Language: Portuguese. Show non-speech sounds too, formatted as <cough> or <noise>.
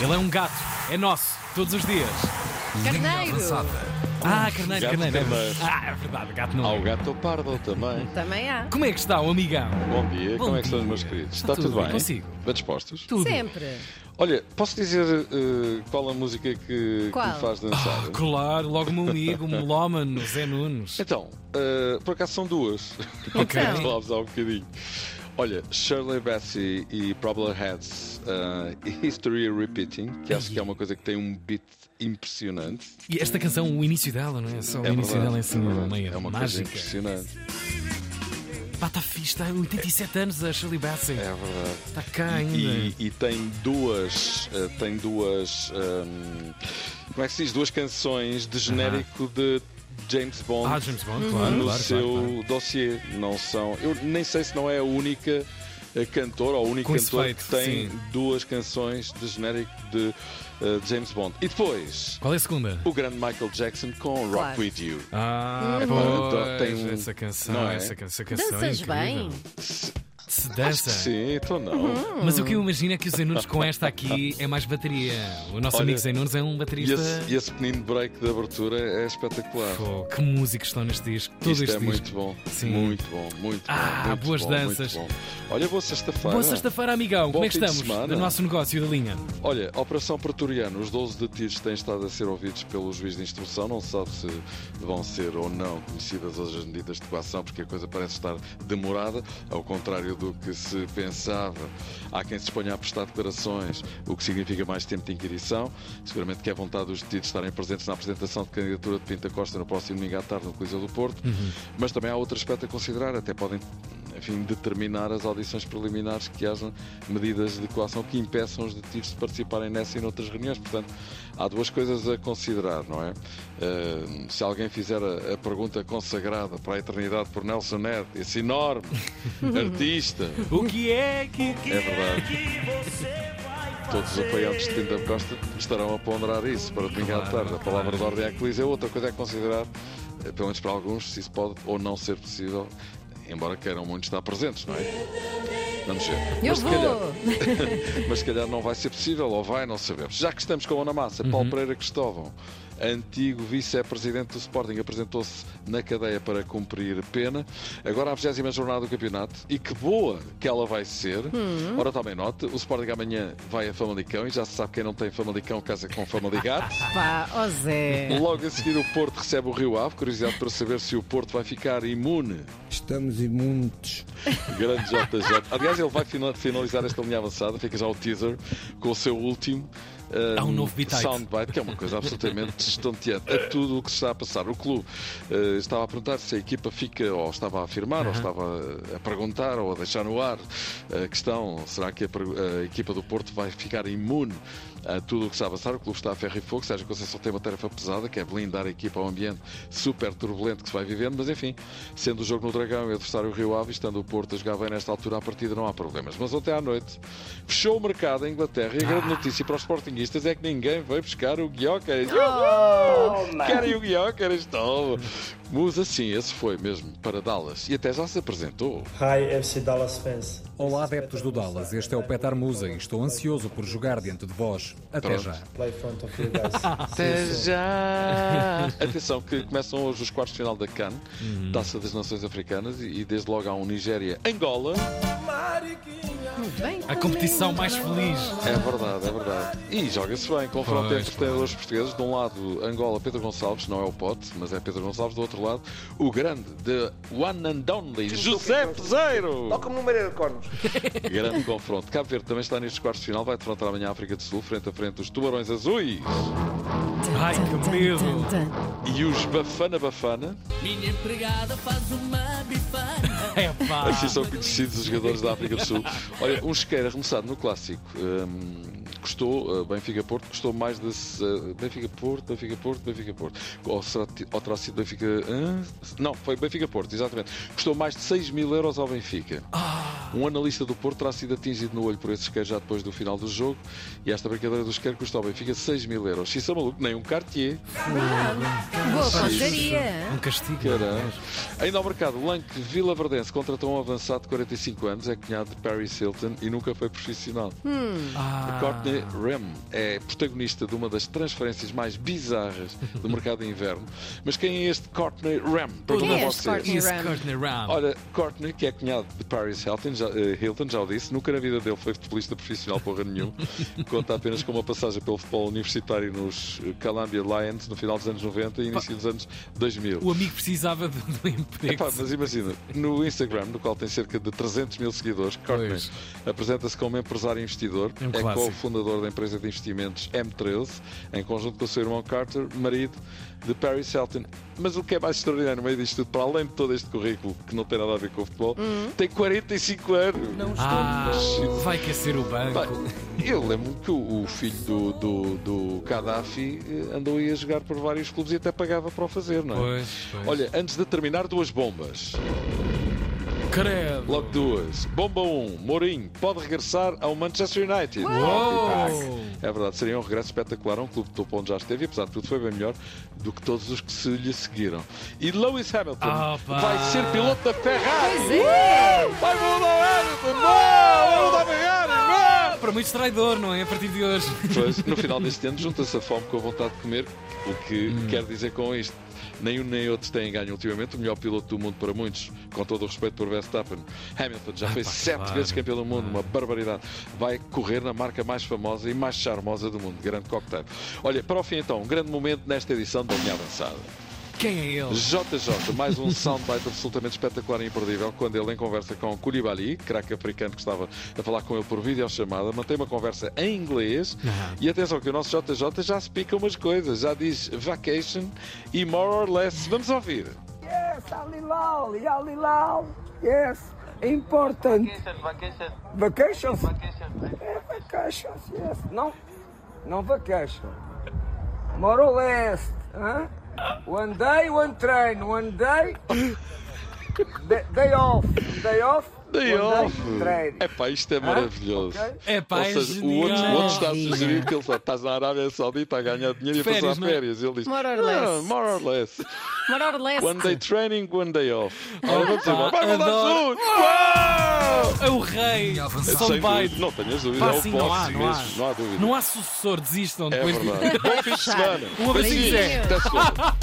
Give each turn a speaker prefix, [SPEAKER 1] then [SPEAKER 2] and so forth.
[SPEAKER 1] Ele é um gato, é nosso, todos os dias.
[SPEAKER 2] Carneiro.
[SPEAKER 1] Ah, carneiro,
[SPEAKER 3] gato
[SPEAKER 1] carneiro. é
[SPEAKER 3] também.
[SPEAKER 1] verdade. Ah, é verdade, gato
[SPEAKER 3] Há
[SPEAKER 1] não. é.
[SPEAKER 3] o gato pardo também.
[SPEAKER 2] Também há.
[SPEAKER 1] Como é que está o amigão?
[SPEAKER 3] Bom dia,
[SPEAKER 1] Bom
[SPEAKER 3] como é que estão
[SPEAKER 1] dia.
[SPEAKER 3] os meus queridos?
[SPEAKER 1] Está
[SPEAKER 3] Está,
[SPEAKER 1] tudo
[SPEAKER 3] tudo,
[SPEAKER 1] bem
[SPEAKER 3] bem?
[SPEAKER 1] consigo?
[SPEAKER 3] Bem dispostos?
[SPEAKER 1] Tudo.
[SPEAKER 2] Sempre.
[SPEAKER 3] Olha, posso dizer eh, qual a música que, que
[SPEAKER 2] Qual?
[SPEAKER 3] me faz dançar?
[SPEAKER 1] Ah, Claro, logo o meu amigo, o Meloman, o Zé Nunes.
[SPEAKER 3] Então, eh, por acaso são duas.
[SPEAKER 1] Ok.
[SPEAKER 3] <laughs> Vamos lá usar um bocadinho. Olha, Shirley Bassey e Problem Heads, eh, History Repeating, que acho que é uma coisa que tem um beat impressionante.
[SPEAKER 1] E esta canção, o início dela, não é? Só o
[SPEAKER 3] É
[SPEAKER 1] início
[SPEAKER 3] verdade,
[SPEAKER 1] dela em si,
[SPEAKER 3] é verdade.
[SPEAKER 1] meio
[SPEAKER 3] É uma coisa
[SPEAKER 1] mágica.
[SPEAKER 3] impressionante.
[SPEAKER 1] Pá, está fixe, tá está 87 anos a Shirley Bassey.
[SPEAKER 3] É verdade.
[SPEAKER 1] Está cá ainda.
[SPEAKER 3] E, e tem duas. eh, tem duas. hum, como é que se diz? Duas canções de genérico de James Bond.
[SPEAKER 1] Ah, James Bond, claro,
[SPEAKER 3] no
[SPEAKER 1] claro,
[SPEAKER 3] Uhum. seu
[SPEAKER 1] claro, claro.
[SPEAKER 3] dossiê. Não são. Eu nem sei se não é a única eh, cantora ou o único
[SPEAKER 1] Com esse
[SPEAKER 3] cantor
[SPEAKER 1] feito,
[SPEAKER 3] que tem
[SPEAKER 1] sim.
[SPEAKER 3] duas canções de genérico de eh, James Bond. E depois,
[SPEAKER 1] Qual é a segunda?
[SPEAKER 3] o grande Michael Jackson com Rock
[SPEAKER 2] Claro.
[SPEAKER 3] With You.
[SPEAKER 1] Ah,
[SPEAKER 3] Então,
[SPEAKER 1] pois,
[SPEAKER 3] tem um-
[SPEAKER 1] essa canção,
[SPEAKER 3] não é?
[SPEAKER 1] essa canção, canção é
[SPEAKER 2] Danças
[SPEAKER 1] incrível.
[SPEAKER 2] bem.
[SPEAKER 1] Se
[SPEAKER 3] Acho
[SPEAKER 1] dança.
[SPEAKER 3] que sim, então não.
[SPEAKER 1] Mas o que eu imagino é que o Zé Nunes com esta aqui é mais bateria. O nosso
[SPEAKER 3] Olha,
[SPEAKER 1] amigo Zé Nunes é um
[SPEAKER 3] E
[SPEAKER 1] baterista.
[SPEAKER 3] esse, e esse pequenino break de abertura é espetacular.
[SPEAKER 1] Pô, que músicos estão neste disco, todo
[SPEAKER 3] Isto
[SPEAKER 1] este
[SPEAKER 3] é
[SPEAKER 1] disco.
[SPEAKER 3] muito bom,
[SPEAKER 1] Sim.
[SPEAKER 3] muito bom, muito
[SPEAKER 1] Ah,
[SPEAKER 3] bom. muito
[SPEAKER 1] boas
[SPEAKER 3] bom,
[SPEAKER 1] danças.
[SPEAKER 3] muito bom. Olha, boa sexta-feira.
[SPEAKER 1] Boa sexta-feira, amigão.
[SPEAKER 3] Bom
[SPEAKER 1] Como é que
[SPEAKER 3] fim de
[SPEAKER 1] estamos?
[SPEAKER 3] semana.
[SPEAKER 1] Do nosso negócio da linha.
[SPEAKER 3] Olha, Operação Pretoriano, os 12 detidos têm estado a ser ouvidos pelo juiz de instrução. Não se sabe se vão ser ou não conhecidas as medidas de coação, porque a coisa parece estar demorada, ao contrário do que se pensava. Há quem se exponha a prestar declarações, o que significa mais tempo de inquirição. Seguramente que é vontade dos detidos estarem presentes na apresentação de candidatura de Pinta Costa no próximo domingo à tarde no Coliseu do Porto. Mas também há outro aspecto a considerar, até podem enfim, determinar as audições preliminares que haja medidas de coação que impeçam os detidos de participarem nessa e noutras reuniões. Portanto, há duas coisas a considerar, não é? Eh, se alguém fizer a, a pergunta consagrada para a eternidade por Nelson Neto, esse enorme artista,
[SPEAKER 1] O que é que.
[SPEAKER 3] é verdade. Todos os apoiantes de Quinta Costa estarão a ponderar isso para domingo à
[SPEAKER 1] Claro,
[SPEAKER 3] tarde. A
[SPEAKER 1] claro.
[SPEAKER 3] palavra de ordem à Coliseu é outra coisa a considerar, eh, pelo menos para alguns, se isso pode ou não ser possível, embora queiram muito estar presentes, não é? Vamos ver.
[SPEAKER 2] Eu
[SPEAKER 3] Mas se calhar-
[SPEAKER 2] vou.
[SPEAKER 3] mas se calhar não vai ser possível, ou vai, não sabemos. Já que estamos com a mão na massa, Paulo Pereira Cristóvão, antigo vice-presidente do Sporting, apresentou-se na cadeia para cumprir pena. Agora a 20 jornada do campeonato, e que boa que ela vai ser. Ora, tomem nota, o Sporting amanhã vai a Famalicão, e já se sabe quem não tem Famalicão casa com Famaligato.
[SPEAKER 2] Pá, ó Zé.
[SPEAKER 3] Logo a seguir o Porto recebe o Rio Ave, curiosidade para saber se o Porto vai ficar imune
[SPEAKER 4] Estamos imundos.
[SPEAKER 3] Grande JJ. Aliás, ele vai fina- finalizar esta linha avançada, fica já o teaser, com o seu último.
[SPEAKER 1] Há um
[SPEAKER 3] hum,
[SPEAKER 1] novo bitite.
[SPEAKER 3] Soundbite, que é uma
[SPEAKER 1] <laughs>
[SPEAKER 3] coisa absolutamente estonteante a tudo o que se está a passar. O clube eh, estava a perguntar se a equipa fica, ou estava a afirmar, ou estava a perguntar, ou a deixar no ar eh, a questão: será que a, per- a equipa do Porto vai ficar imune a tudo o que se está a passar? O clube está a ferro e fogo. Sérgio Conceição tem uma tarefa pesada, que é blindar a equipa ao ambiente super turbulento que se vai vivendo, mas enfim, sendo o jogo no Dragão e o adversário Rio Ave, estando o Porto a jogar bem nesta altura, à partida não há problemas. Mas ontem à noite fechou o mercado em Inglaterra e a grande notícia para os Sportingistas é que ninguém veio buscar o Guiocas. Querem o Guiocas? Toma! Mas assim, esse foi mesmo para Dallas e até já se apresentou.
[SPEAKER 5] Hi FC Dallas fans.
[SPEAKER 6] Olá, adeptos do Dallas. Este é o Petar Musa e estou ansioso por jogar dentro de vós. Até
[SPEAKER 3] Pronto.
[SPEAKER 6] já.
[SPEAKER 5] Play front of you guys.
[SPEAKER 3] Até já! <laughs> Atenção, que começam hoje os quartos de final da CAN, Taça das Nações Africanas, e, e desde logo há um Nigéria-Angola.
[SPEAKER 2] Muito bem.
[SPEAKER 1] é? A competição mais feliz.
[SPEAKER 3] É verdade, é verdade. E joga-se bem, confronta
[SPEAKER 1] Pois,
[SPEAKER 3] entre os treinadores portugueses. De um lado, Angola, Pedro Gonçalves, não é o Pote, mas é Pedro Gonçalves. Do outro lado, o grande, the one and only, José Peseiro.
[SPEAKER 7] Toca-me no Maria de Cornos.
[SPEAKER 3] Grande confronto. Cabo Verde também está nestes quartos de final, vai defrontar amanhã a África do Sul, frente a frente os Tubarões Azuis
[SPEAKER 1] Ai, que medo.
[SPEAKER 3] e os Bafana Bafana.
[SPEAKER 8] Minha empregada faz uma bifana.
[SPEAKER 1] É pá.
[SPEAKER 3] Assim são conhecidos os jogadores da África do Sul. Olha, um chiqueiro arremessado no clássico. hum, custou, uh, Benfica Porto, custou mais de. uh, Benfica Porto, Benfica Porto, Benfica Porto. Ou, será, que- ou terá sido Benfica. hã? Não, foi Benfica Porto, exatamente. Custou mais de 6 mil euros ao Benfica. Um analista do Porto terá sido atingido no olho por esse isqueiro já depois do final do jogo e esta brincadeira do isqueiro custa ao Benfica 6 mil euros. Se isso é maluco, nem um Cartier.
[SPEAKER 2] Boa pontaria.
[SPEAKER 1] Um castigo.
[SPEAKER 3] Caramba. Ainda ao mercado, Lank Vila Verdense contratou um avançado de 45 anos, é cunhado de Paris Hilton e nunca foi profissional.
[SPEAKER 2] Hum.
[SPEAKER 1] Ah,
[SPEAKER 3] Courtney Rem é protagonista de uma das transferências mais bizarras do mercado de inverno. Mas quem é este Courtney Rem? Pergunto
[SPEAKER 2] é
[SPEAKER 3] a
[SPEAKER 2] este
[SPEAKER 3] vocês.
[SPEAKER 2] Courtney?
[SPEAKER 1] isso,
[SPEAKER 2] Ram.
[SPEAKER 1] Courtney Ram.
[SPEAKER 3] Olha, Courtney, que é cunhado de Paris Hilton já, eh, Hilton, já o disse, nunca na vida dele foi futebolista profissional
[SPEAKER 2] <laughs>
[SPEAKER 3] porra nenhum. Conta apenas com uma passagem pelo futebol universitário nos eh, Columbia Lions no final dos anos 90 e início dos anos 2000.
[SPEAKER 1] O amigo precisava de, de um emprego.
[SPEAKER 3] Epá, mas imagina, no Instagram, no qual tem cerca de 300 mil seguidores, Courtney
[SPEAKER 1] Pois.
[SPEAKER 3] apresenta-se como empresário e investidor,
[SPEAKER 1] É um
[SPEAKER 3] é
[SPEAKER 1] clássico.
[SPEAKER 3] co-fundador da empresa de investimentos M13, em conjunto com o seu irmão Carter, marido de Paris Hilton. Mas o que é mais extraordinário no meio disto tudo, para além de todo este currículo que não tem nada a ver com o futebol, tem 45 anos.
[SPEAKER 1] Ah, vai aquecer o banco.
[SPEAKER 3] Pá, eu lembro-me que o o filho do, do, do Gaddafi eh, andou aí a jogar por vários clubes e até pagava para o fazer, não é?
[SPEAKER 1] Pois, pois.
[SPEAKER 3] Olha, antes de terminar, duas bombas.
[SPEAKER 1] credo.
[SPEAKER 3] Logo duas. Bomba 1. Mourinho pode regressar ao Manchester United.
[SPEAKER 1] Uou!
[SPEAKER 3] É verdade, seria um regresso espetacular a um clube de topo onde já esteve e, apesar de tudo, foi bem melhor do que todos os que se lhe seguiram. E Lewis Hamilton
[SPEAKER 1] Opa!
[SPEAKER 3] vai ser piloto da
[SPEAKER 2] Pois
[SPEAKER 3] Ferrari.
[SPEAKER 2] é.
[SPEAKER 3] Vai mudar o Hamilton! Não! Vai mudar a Ferrari! Não!
[SPEAKER 1] Para muitos traidor, não é? A partir de hoje. <laughs>
[SPEAKER 3] Pois, no final deste ano, junta-se a fome com a vontade de comer. O que quer dizer com isto? Nem um nem outro têm ganho ultimamente. O melhor piloto do mundo para muitos, com todo o respeito por Verstappen. Hamilton já foi
[SPEAKER 1] pá,
[SPEAKER 3] sete
[SPEAKER 1] claro.
[SPEAKER 3] vezes campeão do mundo, uma barbaridade. Vai correr na marca mais famosa e mais charmosa do mundo. Grande cocktail. Olha, para o fim então, um grande momento nesta edição da Linha Avançada.
[SPEAKER 1] Quem é ele?
[SPEAKER 3] JJ, mais um soundbite absolutamente espetacular e imperdível, quando ele, em conversa com Koulibaly, craque africano que estava a falar com ele por videochamada, mantém uma conversa em inglês. E atenção, que o nosso JJ já se pica umas coisas, já diz vacation e more or less. Vamos ouvir.
[SPEAKER 7] Yes, Alilal, Alilal. Yes, important. Vacations? eh? Yeah, vacations, yes. Não, não vacation. More or less. Huh? One day, one train.
[SPEAKER 3] <laughs>
[SPEAKER 7] One day, day, day off. Day off.
[SPEAKER 3] Day
[SPEAKER 7] one
[SPEAKER 3] off.
[SPEAKER 7] Day, train.
[SPEAKER 3] Epá, isto é maravilhoso.
[SPEAKER 7] é ok.
[SPEAKER 1] Epá,
[SPEAKER 3] Ou
[SPEAKER 1] é
[SPEAKER 3] seja, o outro,
[SPEAKER 1] genial.
[SPEAKER 3] o outro
[SPEAKER 2] É
[SPEAKER 3] está a sugerir que ele só estás na Arábia Saudita a ganhar dinheiro e a
[SPEAKER 1] Férias,
[SPEAKER 3] passar
[SPEAKER 1] não é?
[SPEAKER 3] férias. Ele diz:
[SPEAKER 2] More or
[SPEAKER 3] "Não,
[SPEAKER 2] less."
[SPEAKER 3] more or less.
[SPEAKER 2] Morar leste.
[SPEAKER 3] One day training, one day off. Ora, vamos embora. Vai mudar
[SPEAKER 1] adoro.
[SPEAKER 3] tudo! Uau!
[SPEAKER 1] É o rei.
[SPEAKER 3] Sem
[SPEAKER 1] Soundbite.
[SPEAKER 3] dúvida, Não tenhas dúvida,
[SPEAKER 1] Pá,
[SPEAKER 3] é o
[SPEAKER 1] sim,
[SPEAKER 3] boss
[SPEAKER 1] não há, não há.
[SPEAKER 3] mesmo, não há dúvida.
[SPEAKER 1] Não há sucessor, desistam
[SPEAKER 3] É
[SPEAKER 1] <laughs> depois.
[SPEAKER 3] verdade. Bom fim de semana.
[SPEAKER 1] Um abraço.
[SPEAKER 3] Beijinhos. Até segunda.